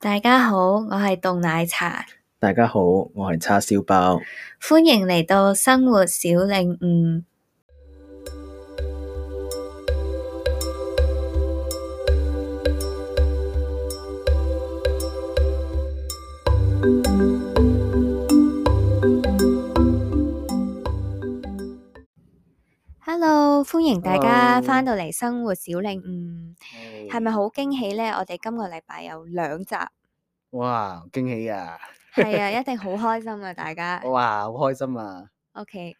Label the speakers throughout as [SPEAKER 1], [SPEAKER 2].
[SPEAKER 1] 大家好，我係凍奶茶，
[SPEAKER 2] 大家好，我係叉燒包。
[SPEAKER 1] 歡迎嚟到生活小領悟。Hello，歡迎大家
[SPEAKER 2] Hello
[SPEAKER 1] 翻到嚟生活小領悟，係咪？好驚喜呢？我哋今個禮拜有兩集，
[SPEAKER 2] 哇，驚喜啊！
[SPEAKER 1] 係啊，一定好開心啊！大家
[SPEAKER 2] 哇，好開心啊！
[SPEAKER 1] OK，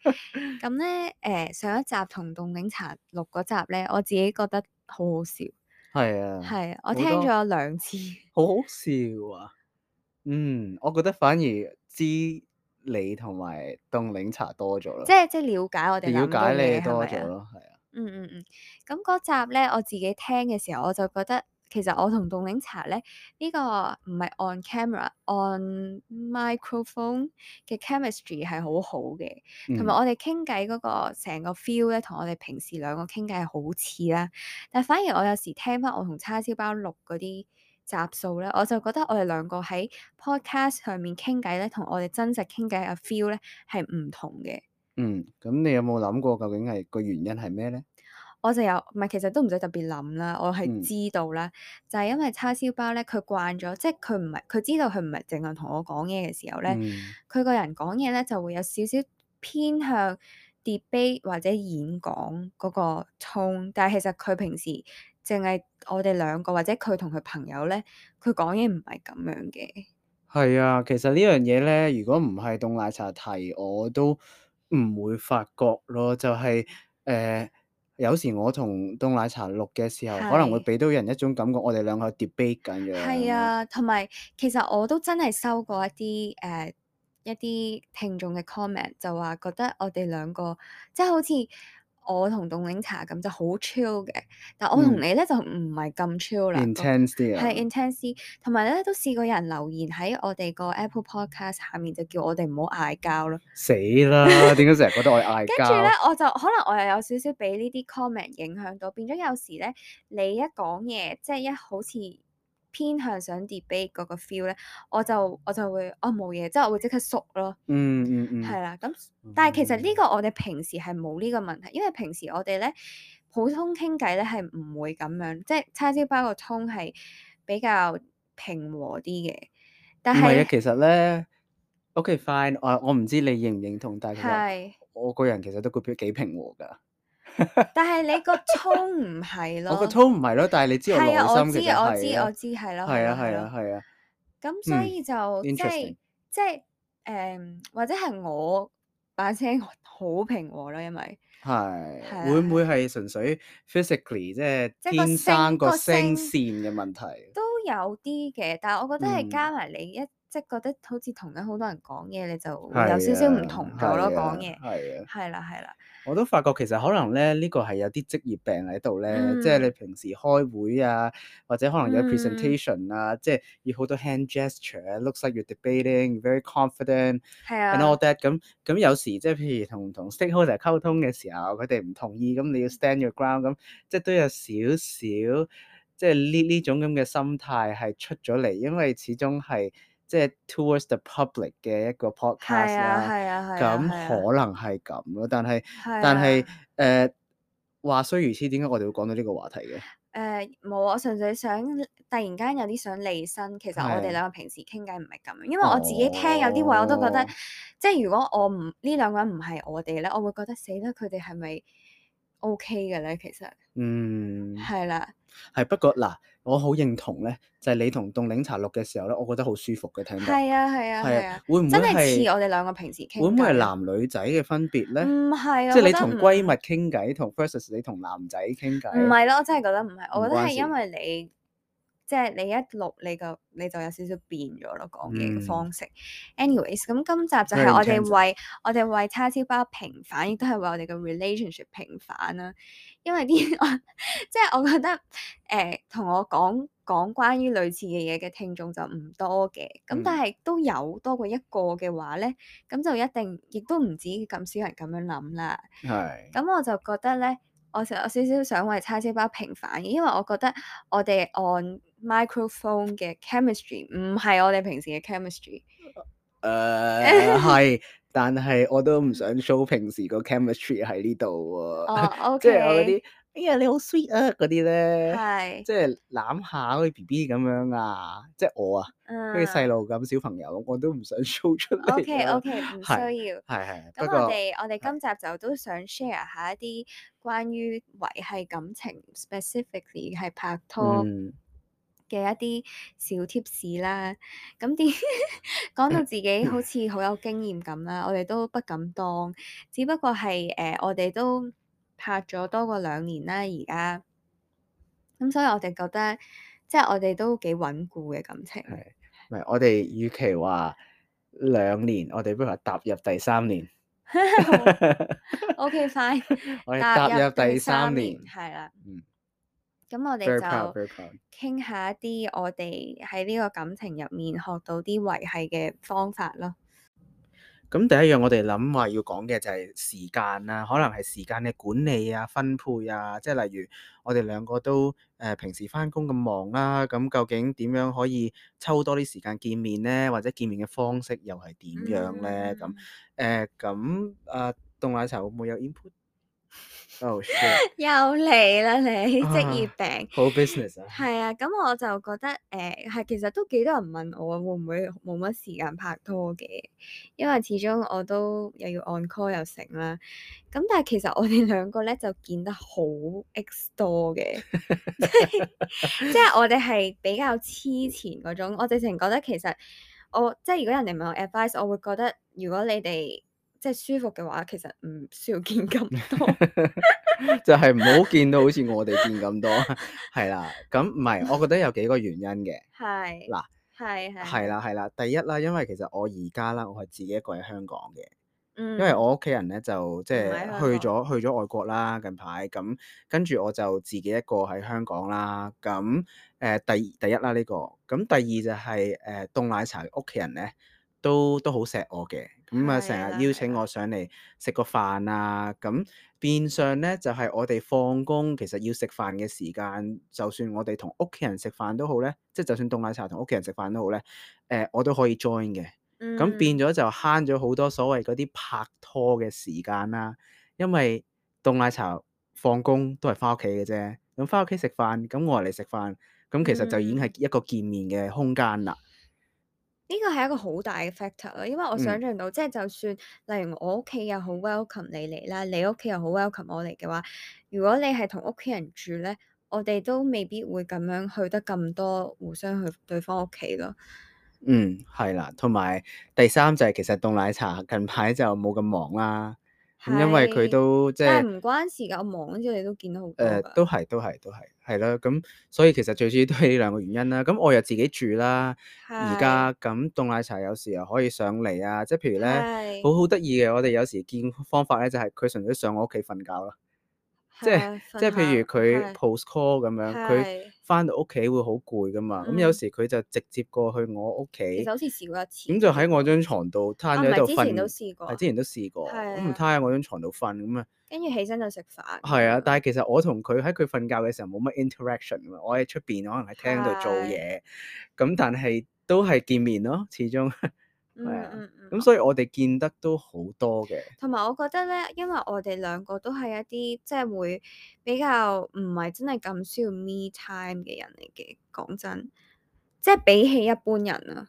[SPEAKER 1] 咁呢，誒、上一集同凍檸茶錄嗰集呢，我自己覺得好好笑，
[SPEAKER 2] 係啊，
[SPEAKER 1] 係我
[SPEAKER 2] 好
[SPEAKER 1] 聽
[SPEAKER 2] 多
[SPEAKER 1] 咗兩次。
[SPEAKER 2] 好好笑啊！嗯，我覺得反而知你同埋凍檸茶多咗啦，
[SPEAKER 1] 即係即係了解我哋
[SPEAKER 2] 了
[SPEAKER 1] 諗嘅
[SPEAKER 2] 解
[SPEAKER 1] 嘢
[SPEAKER 2] 你
[SPEAKER 1] 係
[SPEAKER 2] 多
[SPEAKER 1] 咪
[SPEAKER 2] 咗
[SPEAKER 1] 啊？
[SPEAKER 2] 咯，係啊，
[SPEAKER 1] 嗯嗯嗯。咁嗰集咧，我自己聽嘅時候，我就覺得其實我同凍檸茶咧呢、個唔係 on camera on microphone 嘅 chemistry 係好好嘅，同埋
[SPEAKER 2] 嗯
[SPEAKER 1] 我哋傾偈嗰個成個 feel 咧，同我哋平時兩個傾偈係好似啦。但反而我有時聽翻我同叉燒包錄嗰啲。集數咧，我就覺得我哋兩個喺 podcast 上面傾偈咧，同我哋真實傾偈嘅 feel 咧係唔同嘅。
[SPEAKER 2] 嗯，咁你有冇諗過究竟係個原因係咩咧？
[SPEAKER 1] 我就有唔係，其實都唔使特別諗啦，我係
[SPEAKER 2] 嗯
[SPEAKER 1] 知道啦，就係因為叉燒包咧，佢慣咗，即係佢唔係佢知道佢唔係淨係同我講嘢嘅時候咧，
[SPEAKER 2] 嗯
[SPEAKER 1] 佢個人講嘢咧就會有少少偏向 debate 或者演講嗰個 tone，但係其實佢平時淨係我哋兩個或者佢同佢朋友咧，佢講嘢唔係咁樣嘅。
[SPEAKER 2] 係啊，其實呢樣嘢咧，如果唔係凍奶茶提，我都唔會發覺咯。就係、誒、有時我同凍奶茶錄嘅時候，可能會
[SPEAKER 1] 係。
[SPEAKER 2] 俾到人一種感覺，我哋兩個 debate 緊
[SPEAKER 1] 係
[SPEAKER 2] 樣。
[SPEAKER 1] 啊，同埋其實我都真係收過一啲誒、呃一啲聽眾嘅 comment，就話覺得我哋兩個即係好似我同凍檸茶咁就好 chill 嘅，但我同
[SPEAKER 2] 嗯
[SPEAKER 1] 你咧就唔係咁 chill 啦，個
[SPEAKER 2] ，intense 啲
[SPEAKER 1] 係
[SPEAKER 2] 啊，
[SPEAKER 1] intense 啲同埋咧都試過有人留言喺我哋個 Apple Podcast 下面就叫我哋唔好嗌交咯。
[SPEAKER 2] 死啦！點解成日覺得我哋嗌
[SPEAKER 1] 跟住咧
[SPEAKER 2] 交？，
[SPEAKER 1] 我就可能我又有少少俾呢啲 comment 影響到，變咗有時咧，你一講嘢，即係一好似偏向想 debate 嗰個 feel 咧，我就我就會哦冇嘢，即係我會即刻縮咯，
[SPEAKER 2] 嗯嗯
[SPEAKER 1] 係
[SPEAKER 2] 嗯，
[SPEAKER 1] 啦。咁但係其實呢
[SPEAKER 2] 嗯
[SPEAKER 1] 個我哋平時係冇呢個問題，因為平時我哋咧普通傾偈咧係唔會咁樣，即係叉燒包個 tone 係比較平和啲嘅，但
[SPEAKER 2] 唔係啊，
[SPEAKER 1] 係
[SPEAKER 2] 其實咧，OK fine，我我唔知你認唔認同，但係其實
[SPEAKER 1] 係，
[SPEAKER 2] 我個人其實都幾幾平和㗎。
[SPEAKER 1] 但係你個 tone 唔係
[SPEAKER 2] 我個
[SPEAKER 1] 咯。
[SPEAKER 2] tone 唔係咯，但係你知我
[SPEAKER 1] 係啊，我
[SPEAKER 2] 內心
[SPEAKER 1] 知
[SPEAKER 2] 其實
[SPEAKER 1] 我知
[SPEAKER 2] 係
[SPEAKER 1] 我
[SPEAKER 2] 咯，
[SPEAKER 1] 知，係咯係
[SPEAKER 2] 係
[SPEAKER 1] 咯
[SPEAKER 2] 啊
[SPEAKER 1] 係
[SPEAKER 2] 係啊
[SPEAKER 1] 咯。
[SPEAKER 2] 係啊，
[SPEAKER 1] 咁所
[SPEAKER 2] 嗯
[SPEAKER 1] 以就即係
[SPEAKER 2] ，interesting，
[SPEAKER 1] 即係誒，或者係我把聲好平和啦，因為
[SPEAKER 2] 係
[SPEAKER 1] 係啦
[SPEAKER 2] 會唔
[SPEAKER 1] 係
[SPEAKER 2] 會
[SPEAKER 1] 啦，
[SPEAKER 2] 係純粹 physically 即係
[SPEAKER 1] 即係個
[SPEAKER 2] 天生
[SPEAKER 1] 聲
[SPEAKER 2] 個
[SPEAKER 1] 個
[SPEAKER 2] 聲
[SPEAKER 1] 聲
[SPEAKER 2] 線嘅問題？
[SPEAKER 1] 都有啲嘅，但係我覺得係加
[SPEAKER 2] 嗯，
[SPEAKER 1] 埋你一即係覺得好似同緊好多人講嘢，你就會有
[SPEAKER 2] 係
[SPEAKER 1] 少少唔
[SPEAKER 2] 啊
[SPEAKER 1] 同咗咯
[SPEAKER 2] 係
[SPEAKER 1] 講
[SPEAKER 2] 啊
[SPEAKER 1] 嘢，
[SPEAKER 2] 係啊，
[SPEAKER 1] 係啦係啦，
[SPEAKER 2] 我都發覺其實可能咧呢個係有啲職業病喺度咧，即係你
[SPEAKER 1] 嗯
[SPEAKER 2] 平時開會啊，或者可能有
[SPEAKER 1] 嗯，
[SPEAKER 2] presentation 啊，即係要好多 hand gesture，looks like you're debating，very confident。
[SPEAKER 1] 係
[SPEAKER 2] and all
[SPEAKER 1] 啊
[SPEAKER 2] that 咁咁有時即係譬如同同 stakeholder 溝通嘅時候，佢哋唔同意，咁你要 stand your ground，咁即係都有少少即係呢呢種咁嘅心態係出咗嚟，因為始終係即係 towards the public 嘅一個
[SPEAKER 1] 係
[SPEAKER 2] podcast
[SPEAKER 1] 啊
[SPEAKER 2] 啦，
[SPEAKER 1] 係啊係
[SPEAKER 2] 咁
[SPEAKER 1] 啊係啊
[SPEAKER 2] 可能係咁咯，但係
[SPEAKER 1] 係
[SPEAKER 2] 但係
[SPEAKER 1] 啊。
[SPEAKER 2] 誒話雖如此，點解我哋會講到呢個話題嘅？
[SPEAKER 1] 啊誒冇，我純粹想突然間有啲想離身。其實我哋
[SPEAKER 2] 係
[SPEAKER 1] 兩個平時傾偈唔係咁樣，因為我自己聽有啲位我都覺得，
[SPEAKER 2] 哦，
[SPEAKER 1] 即係如果我唔呢兩個人唔係我哋咧，我會覺得死啦，佢哋係咪 OK 嘅咧？其實
[SPEAKER 2] 嗯。
[SPEAKER 1] 係啦，
[SPEAKER 2] 係不過嗱，我好認同咧，就係、你同凍檸茶錄嘅時候咧，我覺得好舒服嘅聽到。
[SPEAKER 1] 係啊，係啊，
[SPEAKER 2] 係啊
[SPEAKER 1] 係啊，
[SPEAKER 2] 會唔
[SPEAKER 1] 真
[SPEAKER 2] 會
[SPEAKER 1] 係似
[SPEAKER 2] 係
[SPEAKER 1] 我哋兩個平時
[SPEAKER 2] 會
[SPEAKER 1] 傾
[SPEAKER 2] 唔會係
[SPEAKER 1] 偈咯。
[SPEAKER 2] 男女仔嘅分別咧？
[SPEAKER 1] 唔係，啊
[SPEAKER 2] 即
[SPEAKER 1] 我
[SPEAKER 2] 係
[SPEAKER 1] 覺
[SPEAKER 2] 你
[SPEAKER 1] 得
[SPEAKER 2] 同
[SPEAKER 1] 唔
[SPEAKER 2] 閨蜜傾偈，同 versus 你同男仔傾
[SPEAKER 1] 唔
[SPEAKER 2] 偈，
[SPEAKER 1] 係咯，我真係覺得唔係。
[SPEAKER 2] 唔
[SPEAKER 1] 我覺得係
[SPEAKER 2] 關
[SPEAKER 1] 因
[SPEAKER 2] 事。
[SPEAKER 1] 為你即係你一錄你就你就有少少變咗咯，講嘢嘅
[SPEAKER 2] 嗯
[SPEAKER 1] 方式。anyways，咁今集就係
[SPEAKER 2] ，very
[SPEAKER 1] 我哋
[SPEAKER 2] intense 啊。
[SPEAKER 1] 為我哋為叉燒包平反，亦都係為我哋嘅 relationship 平反啦。因為啲 我即係我覺得誒同、我講講關於類似嘅嘢嘅聽眾就唔多嘅，咁但
[SPEAKER 2] 嗯
[SPEAKER 1] 係都有多過一個嘅話咧，咁就一定亦都唔止咁少人咁樣諗啦。
[SPEAKER 2] 係
[SPEAKER 1] 咁我就覺得咧，我就有少少想為叉燒包平反嘅，因為我覺得我哋按 microphone 嘅 chemistry 唔係我哋平時嘅 chemistry。
[SPEAKER 2] 誒係，但係我都唔想 show 平時個 chemistry 喺呢度喎，
[SPEAKER 1] 哦 ，OK，
[SPEAKER 2] 即係我嗰啲哎呀你好 sweet 啊嗰啲咧，
[SPEAKER 1] 係，
[SPEAKER 2] 即係攬下好似 B B 咁樣啊，即係我啊，好似細
[SPEAKER 1] 路。
[SPEAKER 2] 路咁小朋友，我都唔想 show 出嚟
[SPEAKER 1] 嗯
[SPEAKER 2] 啊。
[SPEAKER 1] OK OK，唔
[SPEAKER 2] 係
[SPEAKER 1] 需要。
[SPEAKER 2] 係係，
[SPEAKER 1] 咁
[SPEAKER 2] 不
[SPEAKER 1] 我
[SPEAKER 2] 過
[SPEAKER 1] 哋我哋今集就都想 share 下一啲關於維係感情，specifically 係拍拖
[SPEAKER 2] 嗯
[SPEAKER 1] 嘅一啲小 tips 啦。咁點 講到自己
[SPEAKER 2] 嗯
[SPEAKER 1] 好似好有經驗咁啦，我哋都不敢當，只不過係誒、呃我哋都拍咗多過兩年啦，而家咁所以我哋覺得即係我哋都幾穩固嘅感情。
[SPEAKER 2] 係，唔係我哋與其話兩年，我哋不如話踏入第三年，
[SPEAKER 1] O K fine，
[SPEAKER 2] 我哋踏入第三年
[SPEAKER 1] 係啦。
[SPEAKER 2] 嗯
[SPEAKER 1] 咁我哋
[SPEAKER 2] ，very proud
[SPEAKER 1] 就
[SPEAKER 2] very proud，
[SPEAKER 1] 傾下一啲我哋喺呢個感情入面學到啲維係嘅方法咯。
[SPEAKER 2] 咁第一樣我哋諗話要講嘅就係時間啦，可能係時間嘅管理啊、分配啊，即係例如我哋兩個都誒、呃平時翻工咁忙啦，咁究竟點樣可以抽多啲時間見面呢？或者見面嘅方式又係點樣呢？咁誒咁啊，凍奶茶會唔會有 input？Oh shit！
[SPEAKER 1] 又嚟啦你，職業
[SPEAKER 2] 啊
[SPEAKER 1] 病。
[SPEAKER 2] 好 business 啊，
[SPEAKER 1] 係啊，咁我就覺得誒係、其實都幾多人問我啊會唔會冇乜時間拍拖嘅，因為始終我都又要 on call 又成啦。咁但係其實我哋兩個咧就見得好 X 多嘅，即係即係我哋係比較黐纏嗰種。我直情覺得其實我即係如果人哋問我 advice，我會覺得如果你哋即係舒服嘅話，其實唔需要見咁 多。
[SPEAKER 2] 就係唔好見到好似我哋見咁多， 係啦。咁唔係，我覺得有幾個原因嘅。
[SPEAKER 1] 係
[SPEAKER 2] 嗱，
[SPEAKER 1] 係係
[SPEAKER 2] 係，啦，係啦。第一啦，因為其實我而家啦，我係自己一個喺香港嘅，
[SPEAKER 1] 因
[SPEAKER 2] 因為我屋企人咧就即係
[SPEAKER 1] 嗯喺香
[SPEAKER 2] 去咗去咗外國啦，近排咁跟住我就自己一個喺香港啦。咁誒、呃第第一啦呢、個，咁第二就係誒凍奶茶屋企人咧都都好錫我嘅，咁啊
[SPEAKER 1] 係
[SPEAKER 2] 成
[SPEAKER 1] 啦
[SPEAKER 2] 日邀
[SPEAKER 1] 係
[SPEAKER 2] 請
[SPEAKER 1] 啦
[SPEAKER 2] 我上嚟食個飯啊，咁變相咧就係、我哋放工其實要食飯嘅時間，就算我哋同屋企人食飯都好咧，即係就算凍奶茶同屋企人食飯都好咧，誒、呃我都可以 join 嘅。咁變
[SPEAKER 1] 嗯
[SPEAKER 2] 咗就慳咗好多所謂嗰啲拍拖嘅時間啦，因為凍奶茶放工都係翻屋企嘅啫，咁翻屋企食飯，咁我嚟食飯，咁其實就已經
[SPEAKER 1] 嗯
[SPEAKER 2] 係一個見面嘅空間啦。
[SPEAKER 1] 呢個係一個好大嘅 factor 咯，因為我想
[SPEAKER 2] 嗯，
[SPEAKER 1] 象到，即係就算例如我屋企又好 welcome 你嚟啦，你屋企又好 welcome 我嚟嘅話，如果你係同屋企人住咧，我哋都未必會咁樣去得咁多，互相去對方屋企咯。
[SPEAKER 2] 嗯，係啦，同埋第三就係其實凍奶茶近排就冇咁忙啦，咁因為佢
[SPEAKER 1] 係，
[SPEAKER 2] 都即
[SPEAKER 1] 但
[SPEAKER 2] 係。
[SPEAKER 1] 係唔關事㗎，我忙啊之後你都見到好
[SPEAKER 2] 誒、
[SPEAKER 1] 多㗎。
[SPEAKER 2] 都係都係都係係啦，咁所以其實最主要都係呢兩個原因啦。咁我又自己住啦，而
[SPEAKER 1] 係
[SPEAKER 2] 家咁凍奶茶有時又可以上嚟啊，即係譬如咧，
[SPEAKER 1] 係
[SPEAKER 2] 好好得意嘅，我哋有時見方法咧就係佢純粹上我屋企瞓覺啦，即係
[SPEAKER 1] 係啊
[SPEAKER 2] 即
[SPEAKER 1] 瞓
[SPEAKER 2] 係譬如
[SPEAKER 1] 下
[SPEAKER 2] 佢
[SPEAKER 1] 係
[SPEAKER 2] post call 咁樣，佢
[SPEAKER 1] 係
[SPEAKER 2] 翻到屋企會好攰噶嘛，咁有
[SPEAKER 1] 嗯，
[SPEAKER 2] 時佢就直接過去我屋
[SPEAKER 1] 其實
[SPEAKER 2] 企，
[SPEAKER 1] 好似試過一次
[SPEAKER 2] 咁
[SPEAKER 1] 嘅
[SPEAKER 2] 就
[SPEAKER 1] 啫
[SPEAKER 2] 喺我
[SPEAKER 1] 喎。
[SPEAKER 2] 張床度攤
[SPEAKER 1] 啊，
[SPEAKER 2] 咗
[SPEAKER 1] 唔
[SPEAKER 2] 喺度
[SPEAKER 1] 係之前都
[SPEAKER 2] 瞓，
[SPEAKER 1] 試過
[SPEAKER 2] 係
[SPEAKER 1] 啊，
[SPEAKER 2] 之前都試過，咁
[SPEAKER 1] 係
[SPEAKER 2] 唔攤
[SPEAKER 1] 啊，
[SPEAKER 2] 喺我張床度瞓咁啊。
[SPEAKER 1] 跟住起身就食飯咁
[SPEAKER 2] 係啊，但
[SPEAKER 1] 樣。
[SPEAKER 2] 係其實我同佢喺佢瞓覺嘅時候冇乜 interaction 㗎嘛，我喺出邊可能喺廳度做
[SPEAKER 1] 係，
[SPEAKER 2] 嘢，咁但係都係見面咯，始終 係
[SPEAKER 1] 嗯
[SPEAKER 2] 啊，
[SPEAKER 1] 嗯嗯，
[SPEAKER 2] 咁
[SPEAKER 1] 我
[SPEAKER 2] 所以我哋見得都好多嘅，
[SPEAKER 1] 同埋我覺得咧，因為我哋兩個都係一啲即係會比較唔係真係咁需要 me time 嘅人嚟嘅，講真，即係比起一般人啊，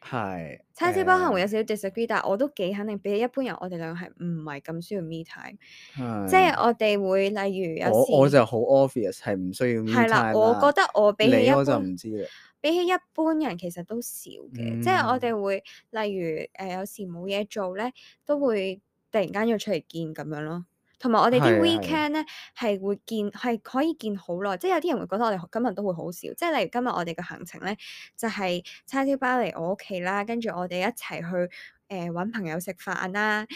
[SPEAKER 2] 係
[SPEAKER 1] 叉燒包可能會
[SPEAKER 2] 誒
[SPEAKER 1] 有少少 disagree，但係我都幾肯定比起一般人，我哋兩個係唔係咁需要 me time，即係
[SPEAKER 2] 係，
[SPEAKER 1] 我哋會例如有
[SPEAKER 2] 我我
[SPEAKER 1] 時。
[SPEAKER 2] 就好 obvious 係唔需要 me
[SPEAKER 1] 係啦，
[SPEAKER 2] time
[SPEAKER 1] 我覺
[SPEAKER 2] 啦，
[SPEAKER 1] 得我比起
[SPEAKER 2] 你
[SPEAKER 1] 一
[SPEAKER 2] 我就
[SPEAKER 1] 般，
[SPEAKER 2] 唔知啦，
[SPEAKER 1] 比起一般人其實都少嘅，即係我
[SPEAKER 2] 嗯
[SPEAKER 1] 哋會例如誒、呃有時冇嘢做咧，都會突然間約出嚟見咁樣咯。同埋我哋啲
[SPEAKER 2] 係啊係
[SPEAKER 1] weekend 咧係會見係可以見好耐，即係有啲人會覺得我哋今日都會好少，即係例如今日我哋嘅行程咧就係、叉燒包嚟我屋企啦，跟住我哋一齊去誒揾、朋友食飯啦。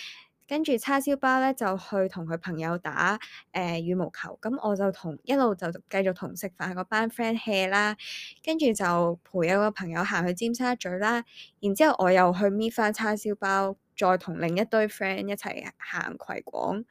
[SPEAKER 1] 跟住叉燒包咧就去同佢朋友打誒、呃羽毛球，咁我就同一路就繼續同食飯嗰班 friend hea 啦，跟住就陪有個朋友行去尖沙咀啦，然之後我又去搣翻叉燒包，再同另一堆 friend 一齊行葵廣呃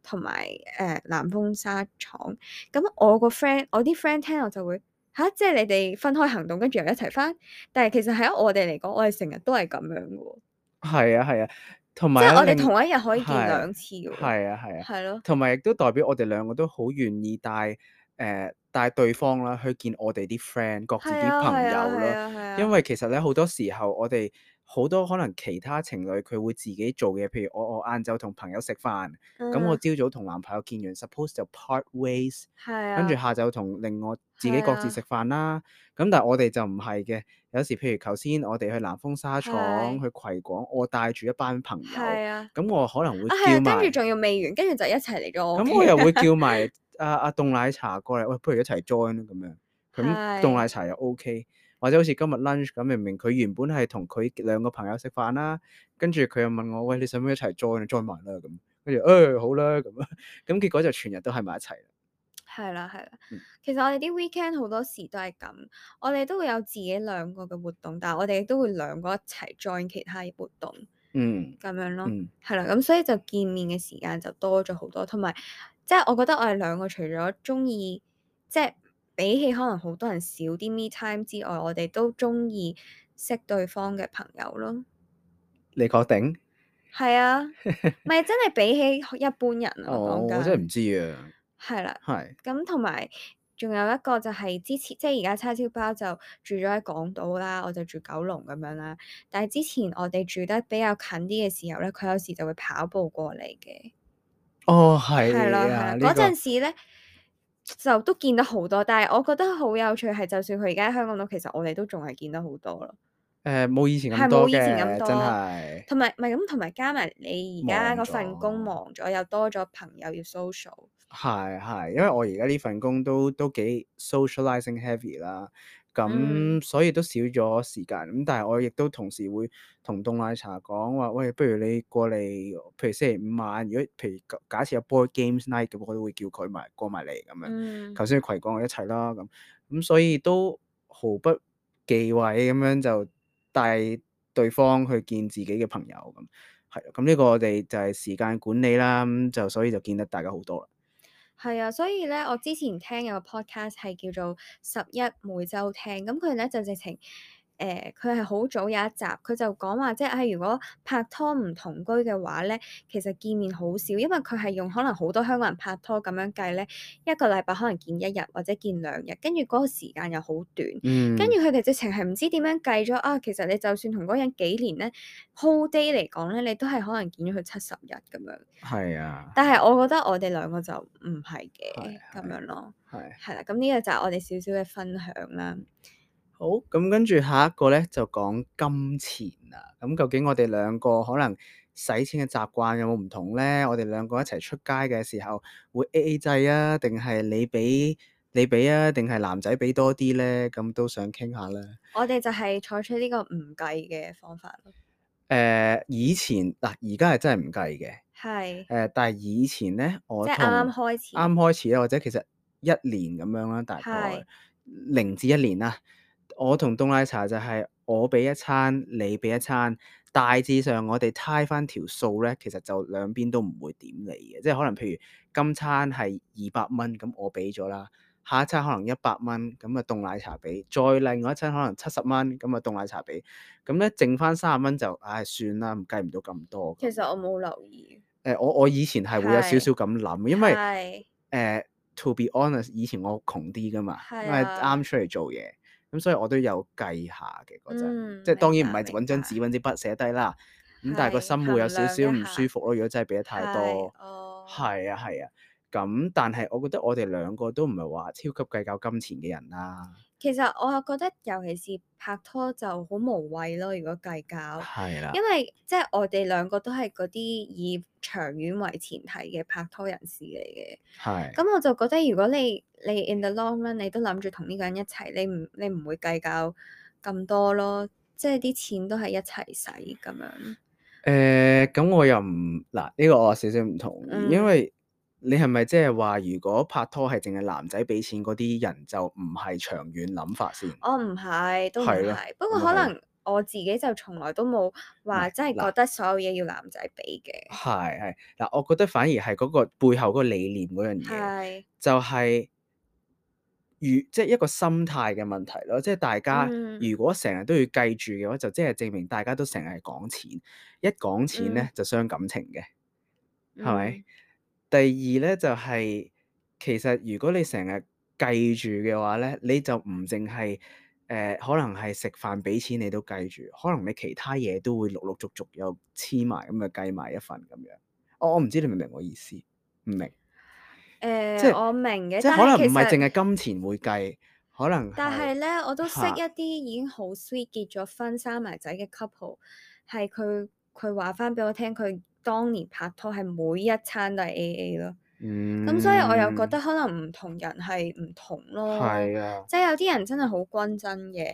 [SPEAKER 1] 同埋誒南豐紗廠。咁我個 friend，我啲 friend 聽我就會。吓，即係你哋分開行動，跟住又一齊返。但係其實喺我哋嚟講，我哋成日都係咁樣嘅喎，
[SPEAKER 2] 係啊係啊，同
[SPEAKER 1] 即
[SPEAKER 2] 埋
[SPEAKER 1] 係
[SPEAKER 2] 咧
[SPEAKER 1] 我哋
[SPEAKER 2] 另
[SPEAKER 1] 同一日可以見
[SPEAKER 2] 係
[SPEAKER 1] 兩次嘅喎，
[SPEAKER 2] 係啊係啊，
[SPEAKER 1] 係咯，
[SPEAKER 2] 同埋亦都代表我哋兩個都好願意帶誒、呃、帶對方啦去見我哋啲 friend，各自
[SPEAKER 1] 係
[SPEAKER 2] 啲
[SPEAKER 1] 啊，
[SPEAKER 2] 朋
[SPEAKER 1] 係啊，係
[SPEAKER 2] 友啦。
[SPEAKER 1] 啊，係
[SPEAKER 2] 因
[SPEAKER 1] 啊，
[SPEAKER 2] 為其實咧好多時候我哋好多可能其他情侶佢會自己做嘅，譬如我我晏晝同朋友食飯，咁我
[SPEAKER 1] 嗯，
[SPEAKER 2] 朝早同男朋友見完，suppose 就 part ways，
[SPEAKER 1] 係
[SPEAKER 2] 跟住
[SPEAKER 1] 啊，
[SPEAKER 2] 下晝同另外自己
[SPEAKER 1] 係
[SPEAKER 2] 各自
[SPEAKER 1] 啊，
[SPEAKER 2] 食飯啦。咁但係我哋就唔係嘅，有時譬如頭先我哋去南豐紗廠、
[SPEAKER 1] 係，
[SPEAKER 2] 去葵廣，我帶住一班朋友，
[SPEAKER 1] 係啊，
[SPEAKER 2] 咁我可能會
[SPEAKER 1] 啊係
[SPEAKER 2] 叫
[SPEAKER 1] 啊，跟住
[SPEAKER 2] 埋。
[SPEAKER 1] 仲要未完，跟住就一齊嚟咗我屋
[SPEAKER 2] 咁
[SPEAKER 1] 企，
[SPEAKER 2] 我又會 叫埋阿阿凍奶茶過嚟，喂，不如一齊 join 啦咁樣。咁凍
[SPEAKER 1] 係，
[SPEAKER 2] 奶茶又 OK，或者好似今日 lunch 咁，明明佢原本係同佢兩個朋友食飯啦，跟住佢又問我，喂，你想唔想一齊 join 啊？join 埋啦咁。跟住誒好啦咁啊，咁結果就全日都喺埋一齊啦。
[SPEAKER 1] 係啦，係啦。
[SPEAKER 2] 嗯
[SPEAKER 1] 其實我哋啲 weekend 好多時都係咁，我哋都會有自己兩個嘅活動，但係我哋亦都會兩個一齊 join 其他嘅活動
[SPEAKER 2] 嗯
[SPEAKER 1] 咁樣咯。
[SPEAKER 2] 嗯
[SPEAKER 1] 係啦，咁所以就見面嘅時間就多咗好多，同埋即係我覺得我哋兩個除咗中意，即係比起可能好多人少啲 me time 之外，我哋都中意識對方嘅朋友咯。
[SPEAKER 2] 你確定？
[SPEAKER 1] 係 啊，咪真係比起一般人啊，我
[SPEAKER 2] 哦，
[SPEAKER 1] 講
[SPEAKER 2] 我真係
[SPEAKER 1] 緊。
[SPEAKER 2] 唔知啊，
[SPEAKER 1] 係啦，
[SPEAKER 2] 係
[SPEAKER 1] 咁同埋仲有一個就係之前，即係而家叉燒包就住咗喺港島啦，我就住九龍咁樣啦。但係之前我哋住得比較近啲嘅時候咧，佢有時就會跑步過嚟嘅。
[SPEAKER 2] 哦
[SPEAKER 1] 係啦，
[SPEAKER 2] 係
[SPEAKER 1] 係
[SPEAKER 2] 啊，
[SPEAKER 1] 啦，
[SPEAKER 2] 呢
[SPEAKER 1] 嗰陣
[SPEAKER 2] 個
[SPEAKER 1] 時咧就都見得好多，但係我覺得好有趣係，就算佢而家喺香港島，其實我哋都仲係見得好多咯，
[SPEAKER 2] 誒冇以前咁
[SPEAKER 1] 係冇
[SPEAKER 2] 多
[SPEAKER 1] 以前咁
[SPEAKER 2] 嘅，真
[SPEAKER 1] 多。
[SPEAKER 2] 係
[SPEAKER 1] 同埋唔係咁，同埋加埋你而家
[SPEAKER 2] 忙
[SPEAKER 1] 嗰份工
[SPEAKER 2] 咗。
[SPEAKER 1] 忙咗，又多咗朋友要 social。
[SPEAKER 2] 係係，因為我而家呢份工都都幾 socializing heavy 啦，
[SPEAKER 1] 嗯，
[SPEAKER 2] 咁所以都少咗時間。咁但係我亦都同時會同凍奶茶講話，喂，不如你過嚟，譬如星期五晚，如果譬如假假設有 board games night 咁，我都會叫佢埋過埋嚟咁樣。
[SPEAKER 1] 嗯，
[SPEAKER 2] 頭先葵講我一齊啦，咁咁所以都毫不忌諱咁樣就帶對方去見自己嘅朋友咁。係啊啦，咁呢個我哋就係時間管理啦，咁就所以就見得大家好多啦。
[SPEAKER 1] 係啊，所以咧，我之前聽有個 podcast 係叫做十一每週聽，咁佢咧就直情誒，佢係好早有一集，佢就講話即係、啊如果拍拖唔同居嘅話咧，其實見面好少，因為佢係用可能好多香港人拍拖咁樣計咧，一個禮拜可能見一日或者見兩日，跟住嗰個時間又好短，跟
[SPEAKER 2] 嗯，
[SPEAKER 1] 住佢哋直情係唔知點樣計咗啊！其實你就算同嗰個人幾年咧，whole day 嚟講咧，你都係可能見咗佢七十日咁樣。
[SPEAKER 2] 係啊，
[SPEAKER 1] 但係我覺得我哋兩個就唔係
[SPEAKER 2] 係
[SPEAKER 1] 嘅咁
[SPEAKER 2] 係
[SPEAKER 1] 樣咯，
[SPEAKER 2] 係。
[SPEAKER 1] 係啦。咁呢個就係我哋少少嘅分享啦。
[SPEAKER 2] 好，咁跟住下一個咧就講金錢啦。咁究竟我哋兩個可能使錢嘅習慣有冇唔同咧？我哋兩個一齊出街嘅時候會 A A 制啊，定係你俾你俾啊，定係男仔俾多啲咧？咁都想傾下啦。
[SPEAKER 1] 我哋就係採取呢個唔計嘅方法咯。
[SPEAKER 2] 誒、以前嗱，而家係真係唔計嘅。誒、
[SPEAKER 1] 係，
[SPEAKER 2] 但係以前咧，我
[SPEAKER 1] 即係啱啱
[SPEAKER 2] 同
[SPEAKER 1] 開始。
[SPEAKER 2] 啱開始咧，啊或者其實一年咁樣啦，大概
[SPEAKER 1] 係，
[SPEAKER 2] 零至一年啦。我同凍奶茶就係我俾一餐，你俾一餐，大致上我哋猜翻條數咧，其實就兩邊都唔會點你嘅，即係可能譬如今餐係二百蚊，咁我俾咗啦。下一餐可能一百蚊，咁啊凍奶茶俾，再另外一餐可能七十蚊，咁啊凍奶茶俾，咁咧剩翻三十蚊就，唉、算啦，唔計唔到咁多咁
[SPEAKER 1] 其實
[SPEAKER 2] 樣。
[SPEAKER 1] 我冇留意。
[SPEAKER 2] 誒、呃我我以前係會有少
[SPEAKER 1] 係，
[SPEAKER 2] 少咁諗，因為誒、
[SPEAKER 1] 係，
[SPEAKER 2] to be honest，以前我窮啲噶嘛，因
[SPEAKER 1] 係
[SPEAKER 2] 為
[SPEAKER 1] 啊。
[SPEAKER 2] 啱出嚟做嘢，咁所以我都有計下嘅嗰陣，
[SPEAKER 1] 嗯，
[SPEAKER 2] 即係當
[SPEAKER 1] 明
[SPEAKER 2] 然唔
[SPEAKER 1] 白，
[SPEAKER 2] 係
[SPEAKER 1] 明
[SPEAKER 2] 揾張紙
[SPEAKER 1] 白。
[SPEAKER 2] 揾支筆寫低啦，咁但係個
[SPEAKER 1] 係，
[SPEAKER 2] 心會
[SPEAKER 1] 衡
[SPEAKER 2] 有少
[SPEAKER 1] 量
[SPEAKER 2] 少
[SPEAKER 1] 一
[SPEAKER 2] 唔舒
[SPEAKER 1] 下。
[SPEAKER 2] 服咯，如果真係俾得太
[SPEAKER 1] 係，
[SPEAKER 2] 多，
[SPEAKER 1] 哦，
[SPEAKER 2] 係啊係啊，咁但係我覺得我哋兩個都唔係話超級計較金錢嘅人啦，
[SPEAKER 1] 其實我又覺得，尤其是拍拖就好無謂咯。如果計較，
[SPEAKER 2] 係啊啦，
[SPEAKER 1] 哦因為即係我哋兩個都係嗰啲以長遠為前提嘅拍拖人士嚟嘅。
[SPEAKER 2] 係
[SPEAKER 1] 咁我就覺得，如果你你 in the long run 你都諗住同呢個人一齊，你唔你唔會計較咁多咯。即係啲錢都係一齊使咁樣。
[SPEAKER 2] 誒，呃咁、我又唔嗱呢個我有少少唔同意，因
[SPEAKER 1] 嗯，
[SPEAKER 2] 為你係咪即係話，如果拍拖係淨係男仔俾錢嗰啲人，就唔係長遠諗法先？
[SPEAKER 1] 我唔係，都唔
[SPEAKER 2] 係咯，
[SPEAKER 1] 係。不過
[SPEAKER 2] 咁咪
[SPEAKER 1] 可
[SPEAKER 2] 係咯，
[SPEAKER 1] 能我自己就從來都冇
[SPEAKER 2] 唔係
[SPEAKER 1] 話真係
[SPEAKER 2] 嗱，哦
[SPEAKER 1] 覺得所有嘢要男仔俾嘅。
[SPEAKER 2] 係係嗱，我覺得反而係嗰個背後嗰個理念嗰樣嘢，
[SPEAKER 1] 係，
[SPEAKER 2] 就係、如即係一個心態嘅問題咯，即係大家
[SPEAKER 1] 嗯
[SPEAKER 2] 如果成日都要記住嘅話，就即係證明大家都成日係講錢，一講錢咧
[SPEAKER 1] 嗯
[SPEAKER 2] 就傷感情嘅。係咪
[SPEAKER 1] 嗯？
[SPEAKER 2] 第二咧就係、其實如果你成日記住嘅話咧，你就唔淨係誒可能係食飯俾錢你都記住，可能你其他嘢都會陸陸續續又黐埋咁就計埋一份咁樣。我我唔知你明唔明我意思？唔明，
[SPEAKER 1] 嗯誒、
[SPEAKER 2] 即係
[SPEAKER 1] 我明嘅，
[SPEAKER 2] 即
[SPEAKER 1] 但
[SPEAKER 2] 係可
[SPEAKER 1] 係
[SPEAKER 2] 能
[SPEAKER 1] 其
[SPEAKER 2] 唔係
[SPEAKER 1] 實
[SPEAKER 2] 淨係金錢會計，可能
[SPEAKER 1] 但
[SPEAKER 2] 係
[SPEAKER 1] 係咧，我都識
[SPEAKER 2] 嚇。
[SPEAKER 1] 一啲已經好 sweet 結咗婚生埋仔嘅 couple，係佢佢話翻俾我聽，佢當年拍拖係每一餐都係 A A 咯。咁所以我又覺
[SPEAKER 2] 嗯，
[SPEAKER 1] 得可能唔同人係唔同咯，
[SPEAKER 2] 係啊，
[SPEAKER 1] 即係有啲人真係好均真嘅，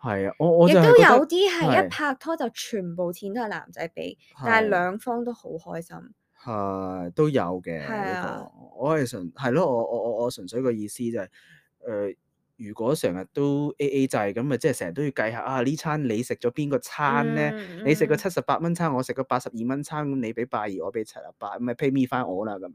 [SPEAKER 2] 係啊，我我
[SPEAKER 1] 亦
[SPEAKER 2] 就
[SPEAKER 1] 都
[SPEAKER 2] 係覺
[SPEAKER 1] 有
[SPEAKER 2] 得
[SPEAKER 1] 啲係一
[SPEAKER 2] 係
[SPEAKER 1] 拍拖就全部錢都係男仔俾，但係
[SPEAKER 2] 係
[SPEAKER 1] 兩方都好開心。
[SPEAKER 2] 係都有
[SPEAKER 1] 係
[SPEAKER 2] 嘅呢個，
[SPEAKER 1] 啊，
[SPEAKER 2] 我係純係咯，我我我我純粹個意思就係誒，如果成日都 A A 制咁咪即係成日都要計下啊呢餐你食咗邊個餐咧？你食個
[SPEAKER 1] 嗯嗯，
[SPEAKER 2] 七十八蚊餐，我食個八十二蚊餐，咁你俾八二，我俾七十八，咁咪 pay me 翻我啦咁樣。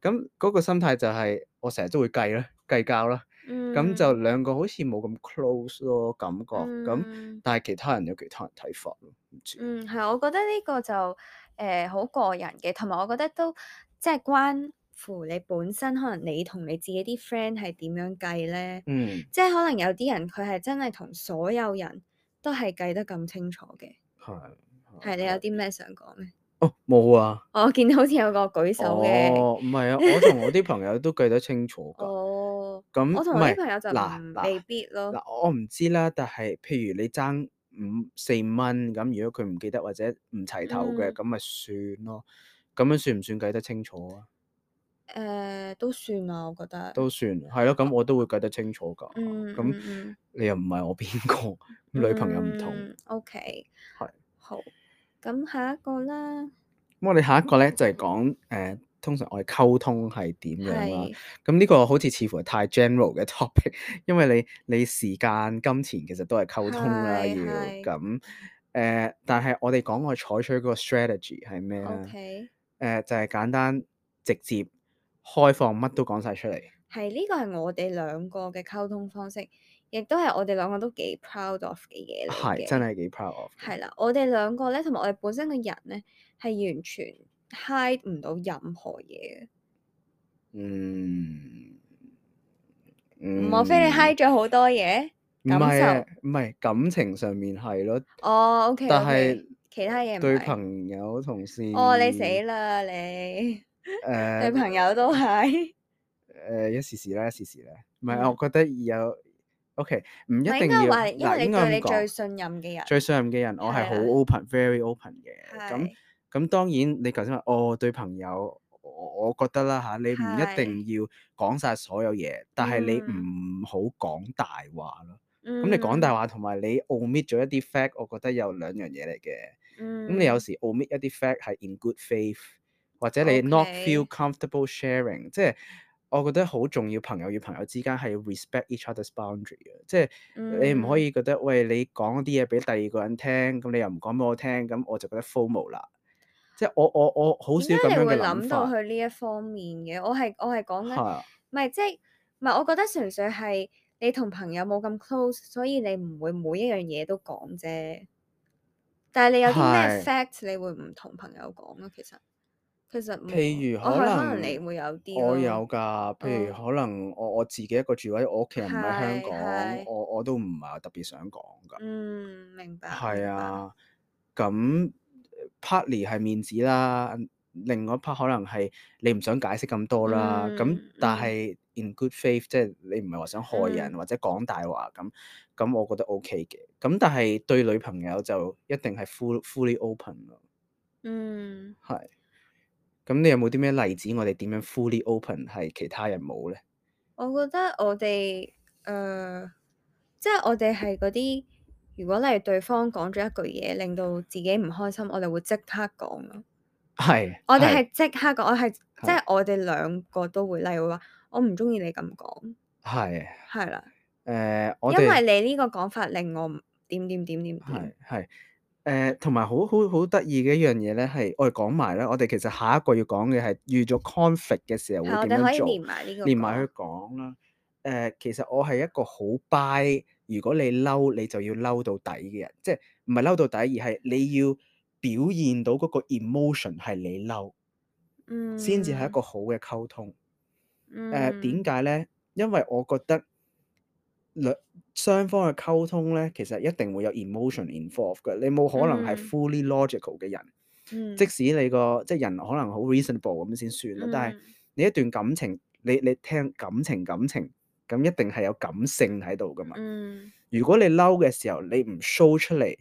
[SPEAKER 2] 咁嗰個心態就係我成日都會計啦，計較啦。咁就
[SPEAKER 1] 嗯
[SPEAKER 2] 兩個好似冇咁 close 咯，感覺咁，
[SPEAKER 1] 嗯
[SPEAKER 2] 但係其他人有其他人睇法咯，唔知。
[SPEAKER 1] 嗯，係，我覺得呢個就誒好、個人嘅，同埋我覺得都即係關乎你本身，可能你同你自己啲 friend 係點樣計咧？
[SPEAKER 2] 嗯，
[SPEAKER 1] 即係可能有啲人佢係真係同所有人都係計得咁清楚嘅。
[SPEAKER 2] 係
[SPEAKER 1] 係你有
[SPEAKER 2] 係
[SPEAKER 1] 啲咩想講咧？
[SPEAKER 2] 哦，冇啊。
[SPEAKER 1] 我見到好似有個舉手嘅，
[SPEAKER 2] 哦，唔係啊，我同我啲朋友都計得清楚㗎。
[SPEAKER 1] 哦，
[SPEAKER 2] 咁
[SPEAKER 1] 我
[SPEAKER 2] 唔
[SPEAKER 1] 同我啲
[SPEAKER 2] 係
[SPEAKER 1] 朋友就
[SPEAKER 2] 嗱
[SPEAKER 1] 唔
[SPEAKER 2] 嗱
[SPEAKER 1] 未必咯，
[SPEAKER 2] 嗱，我唔知啦。但係譬如你爭五四五蚊咁，如果佢唔記得或者唔齊頭嘅，
[SPEAKER 1] 嗯，
[SPEAKER 2] 咁咪算咯。咁樣算唔算計得清楚
[SPEAKER 1] 嗯
[SPEAKER 2] 啊？
[SPEAKER 1] 誒、呃都算啦，我覺得，
[SPEAKER 2] 都算係咯，咁我都會計得清楚㗎。
[SPEAKER 1] 嗯
[SPEAKER 2] 咁
[SPEAKER 1] 嗯
[SPEAKER 2] 你又唔係我邊個，女朋友唔同，
[SPEAKER 1] 嗯嗯，OK，
[SPEAKER 2] 係。
[SPEAKER 1] 好，咁下一個啦，
[SPEAKER 2] 咁我哋下一個咧就係講誒，通常我哋溝通係點樣啊啦。
[SPEAKER 1] 係，
[SPEAKER 2] 咁呢個好似似乎係太 general 嘅 topic，因為你你時間、金錢其實都係溝通啦，要
[SPEAKER 1] 係係
[SPEAKER 2] 咁誒、呃但係我哋講我採取嗰個 strategy 係咩咧？誒、
[SPEAKER 1] ，OK，
[SPEAKER 2] 就係、簡單、直接、開放，乜都講晒出嚟。
[SPEAKER 1] 係呢個係我哋兩個嘅溝通方式，亦都係我哋兩個都幾 proud of 嘅嘢嚟
[SPEAKER 2] 係真
[SPEAKER 1] 嘅。
[SPEAKER 2] 係幾 proud of 嘅。
[SPEAKER 1] 係啦，我哋兩個咧，同埋我哋本身個人咧，係完全 hide 唔到任何嘢嘅。
[SPEAKER 2] 嗯
[SPEAKER 1] 莫非你
[SPEAKER 2] 嗯
[SPEAKER 1] hide，咗好多嘢
[SPEAKER 2] 唔
[SPEAKER 1] 感
[SPEAKER 2] 係啊
[SPEAKER 1] 受？，
[SPEAKER 2] 唔係感情上面係咯，
[SPEAKER 1] 哦，OK
[SPEAKER 2] 但係
[SPEAKER 1] OK，其他嘢唔
[SPEAKER 2] 對
[SPEAKER 1] 係。
[SPEAKER 2] 朋友同事，呃
[SPEAKER 1] 哦，你死啦你！
[SPEAKER 2] 誒
[SPEAKER 1] 對朋友都 係，
[SPEAKER 2] 誒一時時啦，一時時啦，唔係，
[SPEAKER 1] 嗯，
[SPEAKER 2] 我覺得有 OK，唔
[SPEAKER 1] 唔
[SPEAKER 2] 一
[SPEAKER 1] 係應
[SPEAKER 2] 定
[SPEAKER 1] 該
[SPEAKER 2] 要
[SPEAKER 1] 話，因
[SPEAKER 2] 嗱，
[SPEAKER 1] 為
[SPEAKER 2] 應
[SPEAKER 1] 你對
[SPEAKER 2] 該咁
[SPEAKER 1] 你最
[SPEAKER 2] 講，
[SPEAKER 1] 信任嘅人
[SPEAKER 2] 最信任嘅人，我係
[SPEAKER 1] 係
[SPEAKER 2] 好
[SPEAKER 1] 啦，
[SPEAKER 2] open，very open 嘅，咁
[SPEAKER 1] 係
[SPEAKER 2] 咁當然你頭先話哦對朋友，我我覺得啦嚇，你唔一
[SPEAKER 1] 係，
[SPEAKER 2] 定要講晒所有嘢，但係你
[SPEAKER 1] 嗯
[SPEAKER 2] 唔好講大話咯。咁你講大
[SPEAKER 1] 嗯
[SPEAKER 2] 話同埋你 omit 咗一啲 fact，我覺得有兩樣嘢嚟嘅。咁你有
[SPEAKER 1] 嗯
[SPEAKER 2] 時 omit 一啲 fact 係 in good faith，或者你 not feel
[SPEAKER 1] ，OK，
[SPEAKER 2] comfortable sharing，即係我覺得好重要。朋友與朋友之間係要 respect each other's boundary 嘅，即係你唔可
[SPEAKER 1] 嗯
[SPEAKER 2] 以覺得喂你講啲嘢俾第二個人聽，咁你又唔講俾我聽，咁我就覺得 FOMO 啦。即係我我我好
[SPEAKER 1] 點解
[SPEAKER 2] 少咁
[SPEAKER 1] 你
[SPEAKER 2] 樣嘅
[SPEAKER 1] 會
[SPEAKER 2] 諗
[SPEAKER 1] 諗到
[SPEAKER 2] 法，啊
[SPEAKER 1] 去呢一方面嘅？我係我係講緊，
[SPEAKER 2] 嚇
[SPEAKER 1] 唔係即係唔係？我覺得純粹係你同朋友冇咁 close，所以你唔會每一樣嘢都講啫。但係你有啲咩
[SPEAKER 2] 係。
[SPEAKER 1] fact 你會唔同朋友講啊？其實其實冇啊，
[SPEAKER 2] 譬如
[SPEAKER 1] 我
[SPEAKER 2] 可
[SPEAKER 1] 係可能你
[SPEAKER 2] 能
[SPEAKER 1] 會有啲
[SPEAKER 2] 我
[SPEAKER 1] 咯，
[SPEAKER 2] 有㗎，譬如
[SPEAKER 1] 嗯，
[SPEAKER 2] 可能我我自己一個住位，我屋企人唔喺香
[SPEAKER 1] 係
[SPEAKER 2] 港，
[SPEAKER 1] 係，
[SPEAKER 2] 我我都唔係話特別想講㗎。
[SPEAKER 1] 嗯，明白
[SPEAKER 2] 係
[SPEAKER 1] 明白，
[SPEAKER 2] 啊，咁呃 partly 係面子啦，另外一 part 可能係你唔想解釋咁多啦。咁
[SPEAKER 1] 嗯
[SPEAKER 2] 但
[SPEAKER 1] 嗯
[SPEAKER 2] 係 in good faith，即係你唔係話想害人
[SPEAKER 1] 嗯
[SPEAKER 2] 或者講大話咁，咁我覺得 OK 嘅。咁但係對女朋友就一定係 full fully open 咯，
[SPEAKER 1] 嗯。
[SPEAKER 2] 係。咁你有冇啲咩例子？我哋點樣 fully open 係其他人冇咧？
[SPEAKER 1] 我覺得我哋誒、呃即係我哋係嗰啲，如果例如對方講咗一句嘢，令到自己唔開心，我哋會即刻講咯。
[SPEAKER 2] 係
[SPEAKER 1] 我哋
[SPEAKER 2] 係
[SPEAKER 1] 係即刻講，我係即
[SPEAKER 2] 係
[SPEAKER 1] 係我哋兩個都會，例如話我唔中意你咁講，
[SPEAKER 2] 係
[SPEAKER 1] 係啦，
[SPEAKER 2] 誒，我
[SPEAKER 1] 因為
[SPEAKER 2] 哋
[SPEAKER 1] 你呢個講法令我唔點點點點點
[SPEAKER 2] 係，係誒，同埋好好好得意嘅一樣嘢咧，係我哋講埋啦。我哋其實下一個要講嘅係遇咗 conflict 嘅時候會
[SPEAKER 1] 係我
[SPEAKER 2] 點
[SPEAKER 1] 哋
[SPEAKER 2] 樣
[SPEAKER 1] 可以
[SPEAKER 2] 做，
[SPEAKER 1] 連埋呢個
[SPEAKER 2] 連埋
[SPEAKER 1] 講，
[SPEAKER 2] 去講啦。誒、誒，其實我係一個好 buy，如果你嬲你就要嬲到底嘅人，即係唔係嬲到底，而係你要表現到嗰個 emotion 係你嬲，先至係一
[SPEAKER 1] 嗯
[SPEAKER 2] 個好嘅溝通。誒
[SPEAKER 1] 嗯
[SPEAKER 2] 呃點解咧？因為我覺得兩雙方嘅溝通咧，其實一定會有 emotion involved 嘅，你冇可能係
[SPEAKER 1] 嗯
[SPEAKER 2] fully logical 嘅人。即
[SPEAKER 1] 嗯
[SPEAKER 2] 使你個即係人可能好 reasonable 咁先算啦，但係
[SPEAKER 1] 嗯
[SPEAKER 2] 你一段感情，你你聽感情感情，咁一定係有感性喺度噶嘛。
[SPEAKER 1] 嗯
[SPEAKER 2] 如果你嬲嘅時候，你唔 show 出嚟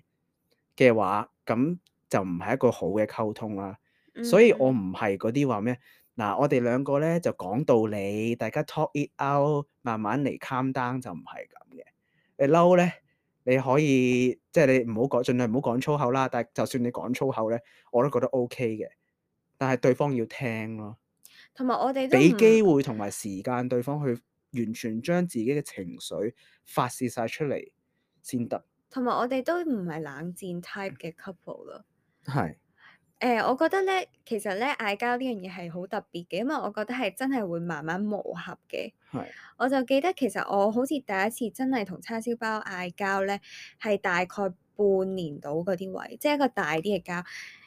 [SPEAKER 2] 嘅話，咁就唔係一個好嘅溝通啦。所以我
[SPEAKER 1] 嗯
[SPEAKER 2] 唔係嗰啲話咩嗱，我哋兩個咧就講道理，大家 talk it out，慢慢嚟 calm down 就唔係咁嘅。你嬲咧，你可以即係你唔好講，盡量唔好講粗口啦。但係就算你講粗口咧，我都覺得 OK 嘅。但係對方要聽咯，
[SPEAKER 1] 嗯同埋我哋都
[SPEAKER 2] 俾機
[SPEAKER 1] 唔
[SPEAKER 2] 會同埋時間對方去完全將自己嘅情緒發泄晒出嚟先得。
[SPEAKER 1] 同埋我哋都唔係冷戰 type 嘅 couple 咯。
[SPEAKER 2] 係，
[SPEAKER 1] 誒、呃我覺得咧，其實咧嗌交呢樣嘢係好特別嘅，因為我覺得係真係會慢慢磨合嘅。
[SPEAKER 2] 係，
[SPEAKER 1] 我就記得其實我好似第一次真係同叉燒包嗌交咧，係大概半年到嗰啲位，即係一個大啲嘅交。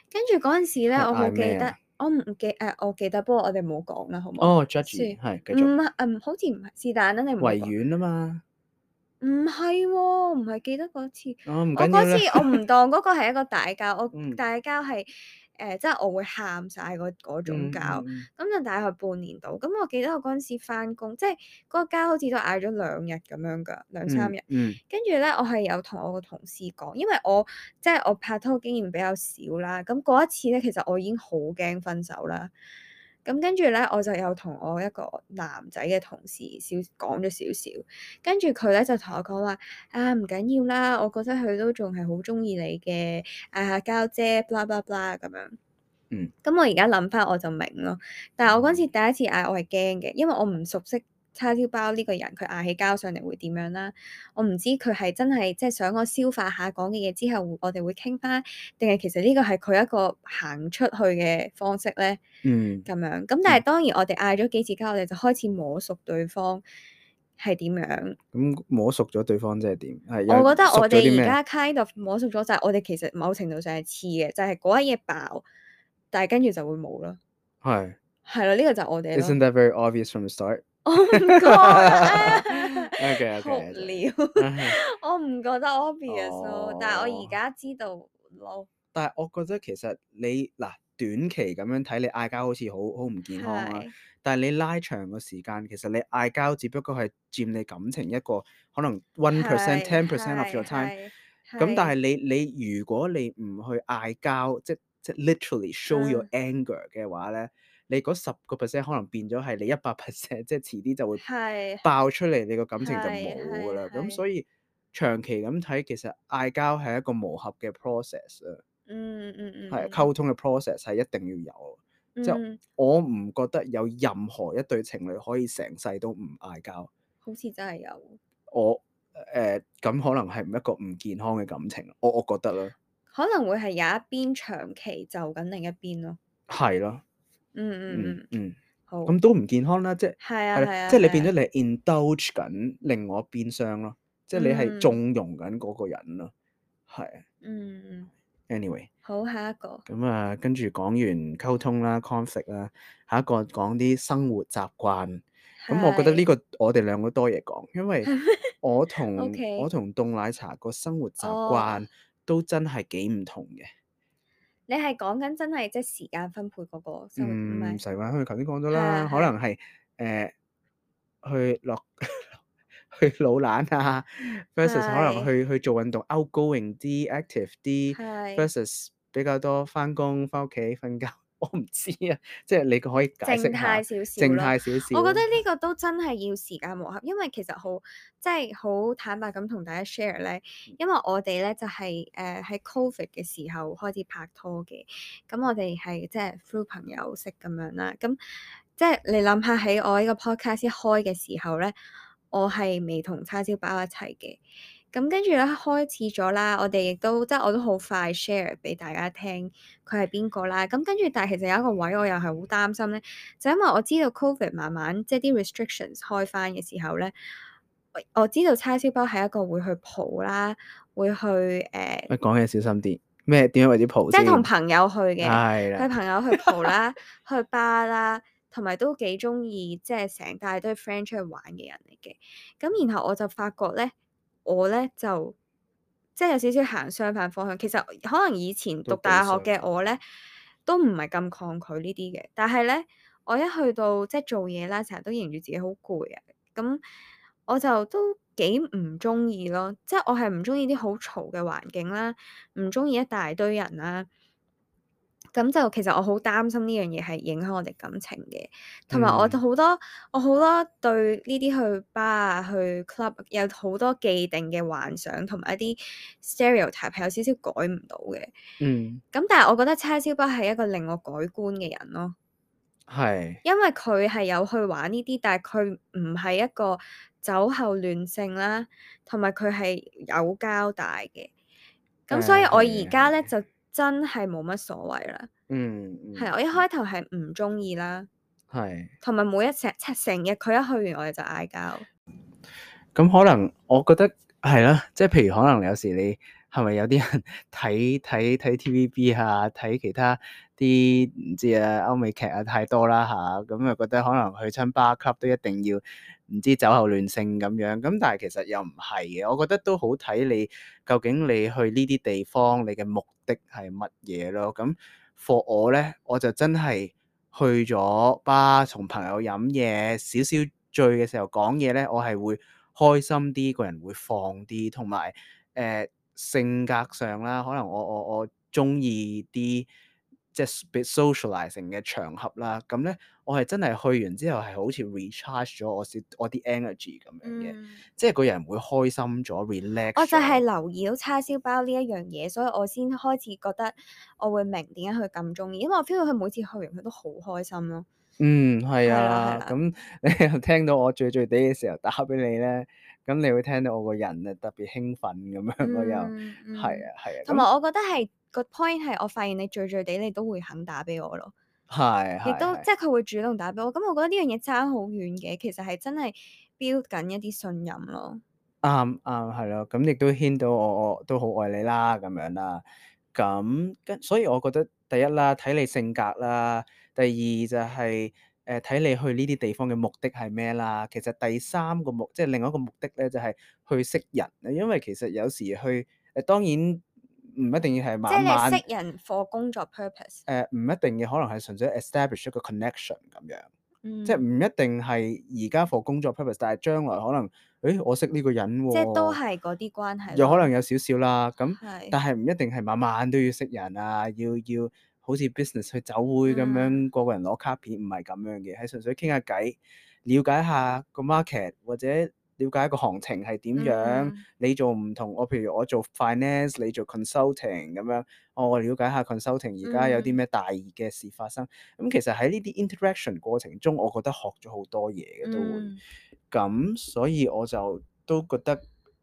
[SPEAKER 1] 跟住嗰陣時咧，
[SPEAKER 2] 係
[SPEAKER 1] 我好
[SPEAKER 2] 嗌
[SPEAKER 1] 記
[SPEAKER 2] 咩
[SPEAKER 1] 得
[SPEAKER 2] 啊？，
[SPEAKER 1] 我唔記誒、我記得，不過我哋冇講啦，好冇？
[SPEAKER 2] 哦
[SPEAKER 1] 算
[SPEAKER 2] ，Judgy 係繼
[SPEAKER 1] 唔
[SPEAKER 2] 續
[SPEAKER 1] 係嗯，好似唔係是但啦，你唔好
[SPEAKER 2] 維
[SPEAKER 1] 講。
[SPEAKER 2] 園啊嘛，
[SPEAKER 1] 唔係喎，唔係記得嗰次。
[SPEAKER 2] 哦唔
[SPEAKER 1] 我
[SPEAKER 2] 緊
[SPEAKER 1] 嗰
[SPEAKER 2] 要
[SPEAKER 1] 次
[SPEAKER 2] 啦，
[SPEAKER 1] 我 唔當嗰個係一個大交，我
[SPEAKER 2] 嗯
[SPEAKER 1] 大交係誒，呃即係我會喊晒嗰嗰種
[SPEAKER 2] 嗯
[SPEAKER 1] 交。
[SPEAKER 2] 嗯
[SPEAKER 1] 咁就大概半年到。咁我記得我嗰陣時翻工，即係嗰個交好似都嗌咗兩日咁樣㗎，兩三
[SPEAKER 2] 嗯
[SPEAKER 1] 日。
[SPEAKER 2] 嗯
[SPEAKER 1] 跟住咧，我係有同我個同事講，因為我即係我拍拖經驗比較少啦。咁嗰一次咧，其實我已經好驚分手啦。咁跟住咧，我就有同我一個男仔嘅同事少講咗少少，跟住佢咧就同我講話啊，唔緊要啦，我覺得佢都仲係好中意你嘅，嗌下交啫，blah blah blah 咁樣。
[SPEAKER 2] 嗯
[SPEAKER 1] 咁我而家諗翻我就明咯，但係我嗰陣時第一次嗌我係驚嘅，因為我唔熟悉叉燒包呢個人，佢嗌起交上嚟會點樣啦。我唔知佢係真係即係想我消化下講嘅嘢之後，我哋會傾翻，定係其實呢個係佢一個行出去嘅方式咧？
[SPEAKER 2] 嗯
[SPEAKER 1] 咁樣咁，但係
[SPEAKER 2] 嗯，
[SPEAKER 1] 當然我哋嗌咗幾次交，我哋就開始摸熟對方係點樣。
[SPEAKER 2] 咁摸熟咗對方即係點？係
[SPEAKER 1] 我覺
[SPEAKER 2] 有
[SPEAKER 1] 得
[SPEAKER 2] 熟
[SPEAKER 1] 我
[SPEAKER 2] 咗啲
[SPEAKER 1] 哋而
[SPEAKER 2] 咩？
[SPEAKER 1] 家 kind of 摸熟咗，就係我哋其實某程度上係似嘅，就係嗰一嘢爆，但係跟住就會冇咯。
[SPEAKER 2] 係
[SPEAKER 1] 係咯，呢個就係我哋咯。
[SPEAKER 2] ，Isn't that very obvious from the start？
[SPEAKER 1] 我唔覺 得 啊，
[SPEAKER 2] OK
[SPEAKER 1] 哭
[SPEAKER 2] OK，
[SPEAKER 1] 了， 我唔覺得 obvious 咯，但係我而
[SPEAKER 2] 哦，
[SPEAKER 1] 家知道咯，
[SPEAKER 2] 但係我覺得其實你嗱短期咁樣睇你嗌交好似好好唔健康啊啦，
[SPEAKER 1] 係
[SPEAKER 2] 但係你拉長個時間，其實你嗌交只不過係佔你感情一個可能 one percent、
[SPEAKER 1] 係
[SPEAKER 2] ten percent of
[SPEAKER 1] 係
[SPEAKER 2] your time。
[SPEAKER 1] 係
[SPEAKER 2] 咁但
[SPEAKER 1] 係
[SPEAKER 2] 係你你如果你唔去嗌交，即即 literally show your
[SPEAKER 1] 嗯
[SPEAKER 2] anger 嘅話咧，你嗰十個 percent 可能變咗係你一百 percent，即係遲啲就會
[SPEAKER 1] 係
[SPEAKER 2] 爆出嚟，你個感情就
[SPEAKER 1] 係
[SPEAKER 2] 冇
[SPEAKER 1] 係
[SPEAKER 2] 噶啦。咁
[SPEAKER 1] 係。
[SPEAKER 2] 所以長期咁睇，其實嗌交係一個磨合嘅 process 啊。
[SPEAKER 1] 嗯嗯
[SPEAKER 2] 係
[SPEAKER 1] 嗯
[SPEAKER 2] 溝通嘅 process 係一定要有，即係
[SPEAKER 1] 嗯，嗯，
[SPEAKER 2] 我唔覺得有任何一對情侶可以成世都唔嗌交。
[SPEAKER 1] 好似真係有，
[SPEAKER 2] 我誒咁、可能係唔一個唔健康嘅感情，我我覺得啦，
[SPEAKER 1] 可能會係有一邊長期就緊另一邊咯。
[SPEAKER 2] 係咯，
[SPEAKER 1] 嗯
[SPEAKER 2] 嗯
[SPEAKER 1] 嗯嗯，
[SPEAKER 2] 嗯，
[SPEAKER 1] 好，
[SPEAKER 2] 咁都唔健康啦，即係
[SPEAKER 1] 係啊
[SPEAKER 2] 係啦
[SPEAKER 1] 係啊
[SPEAKER 2] 即係你
[SPEAKER 1] 係
[SPEAKER 2] 變咗
[SPEAKER 1] 啊，
[SPEAKER 2] 你係 indulge 緊另外一邊廂咯，即係你係
[SPEAKER 1] 嗯
[SPEAKER 2] 縱容緊嗰個人咯，係
[SPEAKER 1] 嗯嗯，
[SPEAKER 2] anyway。
[SPEAKER 1] 好，下一個，
[SPEAKER 2] 咁啊，跟住講完溝通啦、conflict 啦，下一個講啲生活習慣。咁我覺得呢
[SPEAKER 1] 係
[SPEAKER 2] 個我哋兩個多嘢講，因為
[SPEAKER 1] 係咩
[SPEAKER 2] 我同我
[SPEAKER 1] ？OK，
[SPEAKER 2] 同凍奶茶個生活習
[SPEAKER 1] 哦，
[SPEAKER 2] 慣都真係幾唔同嘅。
[SPEAKER 1] 你係講緊真係即係時間分配嗰個生活，唔
[SPEAKER 2] 嗯，
[SPEAKER 1] 係，
[SPEAKER 2] 齊話佢頭先講咗
[SPEAKER 1] 係
[SPEAKER 2] 啦，
[SPEAKER 1] 啊
[SPEAKER 2] 可
[SPEAKER 1] 係
[SPEAKER 2] 能係誒、去落 去老懶啊，versus 可
[SPEAKER 1] 係
[SPEAKER 2] 能去去做運動 outgoing 啲、active 啲
[SPEAKER 1] 係
[SPEAKER 2] ，versus 比較多翻工、翻屋企、瞓覺。 我唔知啊，即係你可以解
[SPEAKER 1] 靜
[SPEAKER 2] 釋
[SPEAKER 1] 態
[SPEAKER 2] 下，
[SPEAKER 1] 少少
[SPEAKER 2] 靜
[SPEAKER 1] 咯。
[SPEAKER 2] 態少
[SPEAKER 1] 我覺得
[SPEAKER 2] 少。
[SPEAKER 1] 呢個都真係要時間磨合，因為其實好即係好坦白咁同大家 share 咧，因為我哋咧就係誒喺 Covid 嘅時候開始拍拖嘅，咁我哋係即係 through 朋友識咁樣啦，咁即係你諗下喺我呢個 podcast 一開嘅時候咧，我係未同叉燒包一齊嘅，咁跟住咧開始咗啦，我哋亦都即係我都好快 share 俾大家聽佢係邊個啦。咁跟住，但係其實有一個位我又係好擔心咧，就因為我知道 Covid 慢慢即係啲 restrictions 開翻嘅時候咧，我我知道叉燒包係一個會去蒲啦，會去誒、呃
[SPEAKER 2] 喂，講嘢小心啲，咩點樣為之蒲
[SPEAKER 1] 即
[SPEAKER 2] 先？
[SPEAKER 1] 係同朋友去嘅。
[SPEAKER 2] 係
[SPEAKER 1] 佢
[SPEAKER 2] 啦，
[SPEAKER 1] 朋友去蒲啦， 去巴啦，同埋都幾中意即係成大堆 friend 出去玩嘅人嚟嘅。咁然後我就發覺咧，我咧就即係有少少行相反方向。其實可能以前讀
[SPEAKER 2] 都幾
[SPEAKER 1] 大學
[SPEAKER 2] 相
[SPEAKER 1] 嘅
[SPEAKER 2] 反
[SPEAKER 1] 我咧，都唔係咁抗拒呢啲嘅，但係咧，我一去到即係做嘢啦，成日都認住自己好攰啊，咁我就都幾唔中意咯，即係我係唔中意啲好嘈嘅環境啦，唔中意一大堆人啦。咁就其實我好擔心呢樣嘢係影響我哋感情嘅，同埋我
[SPEAKER 2] 嗯，
[SPEAKER 1] 好多我好多對呢啲去 bar 啊、去 club 有好多既定嘅幻想，同埋一啲 stereotype 係有少少改唔到嘅。
[SPEAKER 2] 嗯，
[SPEAKER 1] 咁但係我覺得叉燒包係一個令我改觀嘅人咯。
[SPEAKER 2] 係，
[SPEAKER 1] 因為佢係有去玩呢啲，但係佢唔係一個酒後亂性啦，同埋佢係有交代嘅。咁所以
[SPEAKER 2] 誒
[SPEAKER 1] 我
[SPEAKER 2] 係
[SPEAKER 1] 而
[SPEAKER 2] 嘅，
[SPEAKER 1] 家
[SPEAKER 2] 係
[SPEAKER 1] 咧
[SPEAKER 2] 嘅，
[SPEAKER 1] 就真係冇乜所謂啦。
[SPEAKER 2] 嗯
[SPEAKER 1] 係
[SPEAKER 2] 嗯
[SPEAKER 1] 啦，我一
[SPEAKER 2] 嗯，
[SPEAKER 1] 開頭係唔中意啦，
[SPEAKER 2] 係。
[SPEAKER 1] 同埋每一成成日佢一去完我哋就嗌交。
[SPEAKER 2] 咁可能我覺得係啦，即係譬如可能有時你係咪有啲人 睇睇睇 TVB 啊，睇其他啲唔知啊歐美劇啊太多啦吓，咁啊覺得可能去親 bar club 都一定要唔知酒後亂性咁樣，咁但係其實又唔係嘅，我覺得都好睇你究竟你去呢啲地方你嘅目的係乜嘢咯。咁 for 我咧，我就真係。去咗巴同朋友飲嘢，少少醉嘅時候講嘢咧，我係會開心啲，個人會放啲，同埋誒性格上啦，可能我我我中意啲即係 socializing 嘅場合啦，咁咧我係真係去完之後係好似 recharge 咗我少我啲 energy 咁樣嘅，
[SPEAKER 1] 嗯，哦
[SPEAKER 2] 即係個人會開心咗，relax
[SPEAKER 1] 我就係
[SPEAKER 2] 咗。
[SPEAKER 1] 留意到叉燒包呢一樣嘢，所以我先開始覺得我會明點解佢咁中意，因為我 feel 到佢每次去完佢都好開心 咯。
[SPEAKER 2] 嗯，係
[SPEAKER 1] 係啦，係
[SPEAKER 2] 啊，
[SPEAKER 1] 啦。
[SPEAKER 2] 咁 你又聽到我醉醉地嘅時候打俾你咧，咁你會聽到我個人啊特別興奮咁樣咯，又係
[SPEAKER 1] 嗯嗯，
[SPEAKER 2] 啊係啊，
[SPEAKER 1] 同埋
[SPEAKER 2] 咁
[SPEAKER 1] 我覺得係個 point 係，我發現你醉醉地，你都會肯打俾我咯，
[SPEAKER 2] 係
[SPEAKER 1] 亦
[SPEAKER 2] 係
[SPEAKER 1] 都
[SPEAKER 2] 係
[SPEAKER 1] 即係佢會主動打俾我。咁我覺得呢樣嘢爭好遠嘅，其實係真係 build 緊一啲信任咯。
[SPEAKER 2] 啱啱係咯，咁亦都牽到我我都好愛你啦咁樣啦，咁跟所以我覺得第一啦睇你性格啦，第二就係誒睇你去呢啲地方嘅目的係咩啦，其實第三個目即係另外一個目的咧就係去識人，因為其實有時去誒當然唔一定要係
[SPEAKER 1] 即
[SPEAKER 2] 晚
[SPEAKER 1] 係你
[SPEAKER 2] 晚。
[SPEAKER 1] 識人 for 工作 purpose。
[SPEAKER 2] 誒唔一定嘅，可能係純粹 establish 一個 connection 咁樣，即係唔
[SPEAKER 1] 嗯，
[SPEAKER 2] 一定係而家 for 工作 purpose，但係將來可能，誒我識呢個人
[SPEAKER 1] 即係都
[SPEAKER 2] 喎、
[SPEAKER 1] 係嗰啲關係
[SPEAKER 2] 有可能
[SPEAKER 1] 咯。
[SPEAKER 2] 有少少啦，咁
[SPEAKER 1] 係，
[SPEAKER 2] 但係唔一定係晚晚都要識人啊，要要好似 business 去酒會咁
[SPEAKER 1] 嗯
[SPEAKER 2] 樣，個個人攞卡片，唔係咁樣嘅，係純粹傾下偈，了解下個 market 或者了解個行情係點樣，
[SPEAKER 1] 嗯
[SPEAKER 2] 你做唔同我，譬如我做 finance，你做 consulting 咁樣。哦我了解下 consulting 而家有啲
[SPEAKER 1] 嗯
[SPEAKER 2] 咩大嘅事發生。咁其實喺呢啲 interaction 過程中，我覺得學咗好多嘢嘅都會。
[SPEAKER 1] 嗯
[SPEAKER 2] 咁所以我就都覺得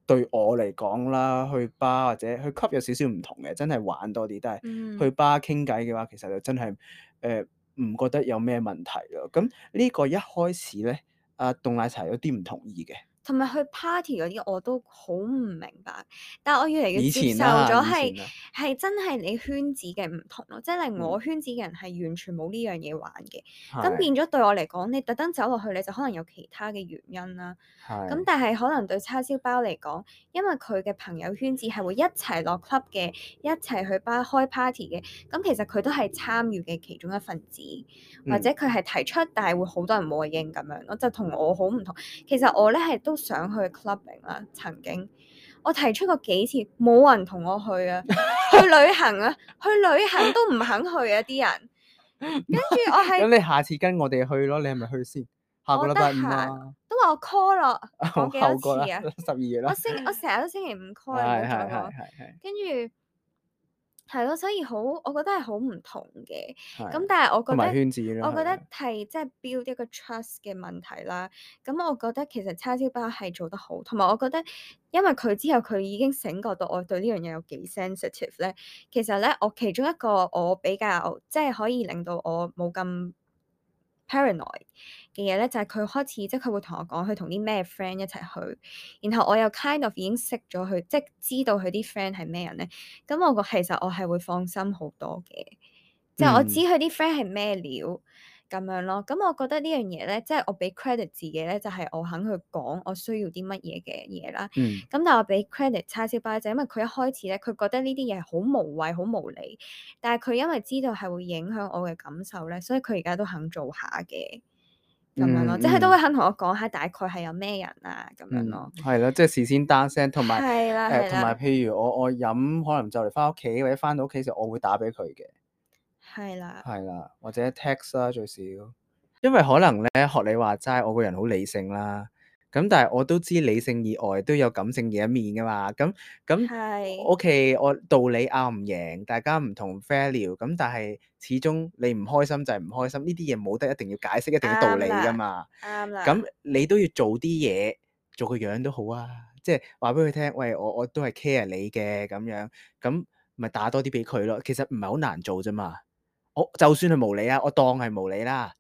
[SPEAKER 2] 對我嚟講啦，去巴或者去 club 有少少唔同嘅，真係玩多啲。但係去
[SPEAKER 1] 嗯
[SPEAKER 2] 巴傾偈嘅話，其實就真係誒唔覺得有咩問題咯。咁呢個一開始咧，啊凍奶茶有啲唔同意嘅。
[SPEAKER 1] 同埋去 party 嗰啲我都好唔明白，但係我越嚟越
[SPEAKER 2] 以
[SPEAKER 1] 接
[SPEAKER 2] 前
[SPEAKER 1] 受
[SPEAKER 2] 啦，
[SPEAKER 1] 咗
[SPEAKER 2] 以
[SPEAKER 1] 係
[SPEAKER 2] 前啦，
[SPEAKER 1] 係真係你圈子嘅唔同咯，即係例如我
[SPEAKER 2] 嗯，
[SPEAKER 1] 圈子嘅人係完全冇呢樣嘢玩嘅，咁變
[SPEAKER 2] 係
[SPEAKER 1] 咗對我嚟講，你特登走落去你就可能有其他嘅原因啦。咁
[SPEAKER 2] 係，
[SPEAKER 1] 但係可能對叉燒包嚟講，因為佢嘅朋友圈子係會一齊落 club 嘅，一齊去巴開 party 嘅，咁其實佢都係參與嘅其中一份子，或者
[SPEAKER 2] 嗯
[SPEAKER 1] 佢係提出，但係會好多人回應咁樣咯，就同我好唔同。其實我咧係都想去 clubbing 啦，曾經我提出過幾次，冇人同我去啊，去旅行啊，去旅行都唔肯去啊啲人，跟住我係
[SPEAKER 2] 咁你下次跟我哋去咯，你係咪去先？下個
[SPEAKER 1] 我
[SPEAKER 2] 禮
[SPEAKER 1] 得
[SPEAKER 2] 拜五
[SPEAKER 1] 閒
[SPEAKER 2] 啊，
[SPEAKER 1] 都話我 call 咯，
[SPEAKER 2] 後
[SPEAKER 1] 講幾多
[SPEAKER 2] 後個
[SPEAKER 1] 次
[SPEAKER 2] 啦，
[SPEAKER 1] 啊？
[SPEAKER 2] 十二月
[SPEAKER 1] 我
[SPEAKER 2] 啦，
[SPEAKER 1] 星我成日都星期五 call，你唔好
[SPEAKER 2] 係
[SPEAKER 1] 再
[SPEAKER 2] 係係
[SPEAKER 1] 講。
[SPEAKER 2] 係係，
[SPEAKER 1] 跟住係咯，所以好，我覺得係好唔同嘅。咁
[SPEAKER 2] 係，
[SPEAKER 1] 但係我
[SPEAKER 2] 同
[SPEAKER 1] 覺
[SPEAKER 2] 埋
[SPEAKER 1] 得，
[SPEAKER 2] 圈子咯，
[SPEAKER 1] 我覺
[SPEAKER 2] 係
[SPEAKER 1] 得
[SPEAKER 2] 啊，
[SPEAKER 1] 係即係 build 一個 trust 嘅問題啦。咁我覺得其實叉燒包係做得好，同埋我覺得因為佢之後佢已經醒覺到我對呢樣嘢有幾 sensitive 咧。其實咧，我其中一個我比較即係可以令到我冇咁 paranoid 嘅嘢咧，就係佢開始即係佢會同我講佢同啲咩 friend 一齊去，然後我又 kind of 已經識咗佢，即係知道佢啲 friend 係咩人咧。咁我個其實我係會放心好多嘅，即係我知
[SPEAKER 2] 嗯，
[SPEAKER 1] 佢啲 friend 係咩料咁樣咯。咁我覺得呢樣嘢咧，即係我俾 credit 自己咧，就係、我肯去講我需要啲乜嘢嘅嘢啦。
[SPEAKER 2] 嗯，
[SPEAKER 1] 咁但係我俾 credit 叉燒包就因為佢一開始咧，佢覺得呢啲嘢係好無謂、好無理，但係佢因為知道係會影響我嘅感受咧，所以佢而家都肯做下嘅咁樣
[SPEAKER 2] 嗯，
[SPEAKER 1] 咯。即係佢都會
[SPEAKER 2] 嗯。
[SPEAKER 1] 肯同我講下大概係有咩人啊咁樣
[SPEAKER 2] 嗯，
[SPEAKER 1] 咯。
[SPEAKER 2] 係咯，即係事先單聲，同埋
[SPEAKER 1] 係啦，
[SPEAKER 2] 誒，
[SPEAKER 1] 係
[SPEAKER 2] 同埋
[SPEAKER 1] 啦，
[SPEAKER 2] 譬如我我飲可能就嚟翻屋企或者翻到屋企時候，我會打俾佢嘅，
[SPEAKER 1] 係啦，
[SPEAKER 2] 係啦，或者 text 啦最少，因為可能咧學你話齋，我個人好理性啦，咁但係我都知理性以外都有感性嘅一面噶嘛，咁咁
[SPEAKER 1] 係
[SPEAKER 2] OK，我道理拗唔贏，大家唔同 value，咁但係始終你唔開心就係唔開心，呢啲嘢冇得一定要解釋，一定要道
[SPEAKER 1] 啱
[SPEAKER 2] 理噶
[SPEAKER 1] 啦，
[SPEAKER 2] 嘛。
[SPEAKER 1] 啱啦。
[SPEAKER 2] 咁你都要做啲嘢，做個樣都好啊，即係話俾佢聽，喂，我我都係 care 你嘅咁樣，咁咪打多啲俾佢咯。其實唔係好難做啫嘛。我就算係無理啊，我當係無理啦。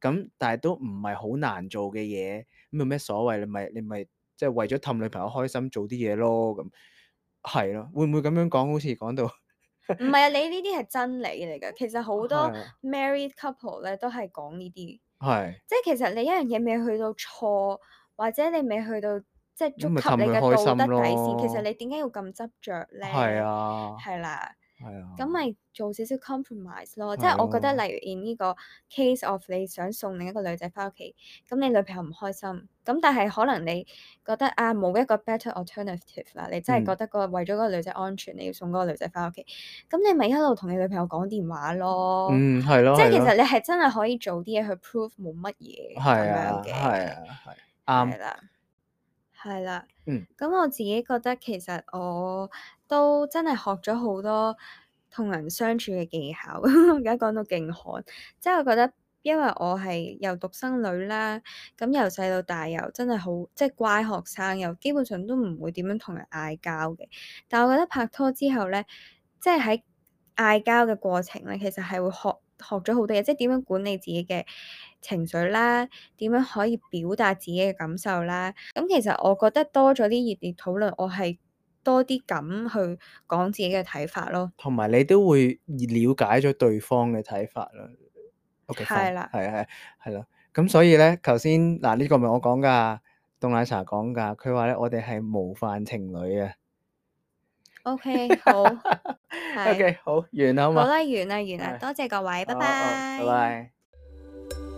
[SPEAKER 2] 咁但係都唔係好難做嘅嘢，咁有咩所謂？你咪你咪即係為咗氹女朋友開心做啲嘢咯，咁係咯。會唔會咁樣講？好似講到
[SPEAKER 1] 唔係啊，你呢啲係真理嚟㗎。其實 好多
[SPEAKER 2] 係啊，
[SPEAKER 1] married couple 咧都係講呢啲，
[SPEAKER 2] 係
[SPEAKER 1] 即係其實你一樣嘢未去到錯，或者你未去到即係
[SPEAKER 2] 咁
[SPEAKER 1] 觸
[SPEAKER 2] 咪
[SPEAKER 1] 及
[SPEAKER 2] 氹
[SPEAKER 1] 你
[SPEAKER 2] 佢
[SPEAKER 1] 嘅道
[SPEAKER 2] 開心
[SPEAKER 1] 德底線，其實
[SPEAKER 2] 咯。
[SPEAKER 1] 你點解要咁執着
[SPEAKER 2] 係
[SPEAKER 1] 咧？
[SPEAKER 2] 啊，
[SPEAKER 1] 係啦，
[SPEAKER 2] 係啊，
[SPEAKER 1] 咁咪做少少 compromise 咯。即
[SPEAKER 2] 係
[SPEAKER 1] 係我覺得，
[SPEAKER 2] 咯，
[SPEAKER 1] 例如 in 呢個 case of 你想送另一個女仔翻屋企，咁你女朋友唔開心，咁但係可能你覺得啊冇一個 better alternative 啦，你真係覺
[SPEAKER 2] 嗯。
[SPEAKER 1] 得個為咗嗰個女仔安全，你要送嗰個女仔翻屋企，咁你咪一路同你女朋友講電話咯。
[SPEAKER 2] 嗯，係咯，
[SPEAKER 1] 即係
[SPEAKER 2] 係
[SPEAKER 1] 其實
[SPEAKER 2] 咯，
[SPEAKER 1] 你係真係可以做啲嘢去 prove 冇乜嘢咁
[SPEAKER 2] 係
[SPEAKER 1] 樣
[SPEAKER 2] 啊，係
[SPEAKER 1] 嘅，
[SPEAKER 2] 啊，係啱，
[SPEAKER 1] 係啦。係啦，
[SPEAKER 2] 嗯
[SPEAKER 1] 咁我自己覺得其實我都真係學咗好多同人相處嘅技巧。 我而家講到勁寒，即係我覺得，因為我係又獨生女啦，咁由細到大又真係好即係乖學生，又基本上都唔會點樣同人嗌交嘅。但我覺得拍拖之後咧，即係喺嗌交嘅過程咧，其實係會學學咗好多嘢，即係點樣管理自己嘅情緒啦，點樣可以表達自己嘅感受啦。咁其實我覺得多咗啲熱烈討論，我係多啲咁去講自己嘅睇法 咯。
[SPEAKER 2] 同埋你都會了解咗對方嘅睇法啦。OK，fine，
[SPEAKER 1] 係啦，
[SPEAKER 2] 係係係啦。咁所以咧，頭先嗱呢個咪我講噶，凍奶茶講噶，佢話咧我哋係模範情侶啊。
[SPEAKER 1] OK，好，係，
[SPEAKER 2] OK，好完啦，好
[SPEAKER 1] 好
[SPEAKER 2] 嘛，
[SPEAKER 1] 啦，完啦，完啦，
[SPEAKER 2] 係，
[SPEAKER 1] 多謝各位，拜
[SPEAKER 2] 好好，拜
[SPEAKER 1] 拜。
[SPEAKER 2] 拜。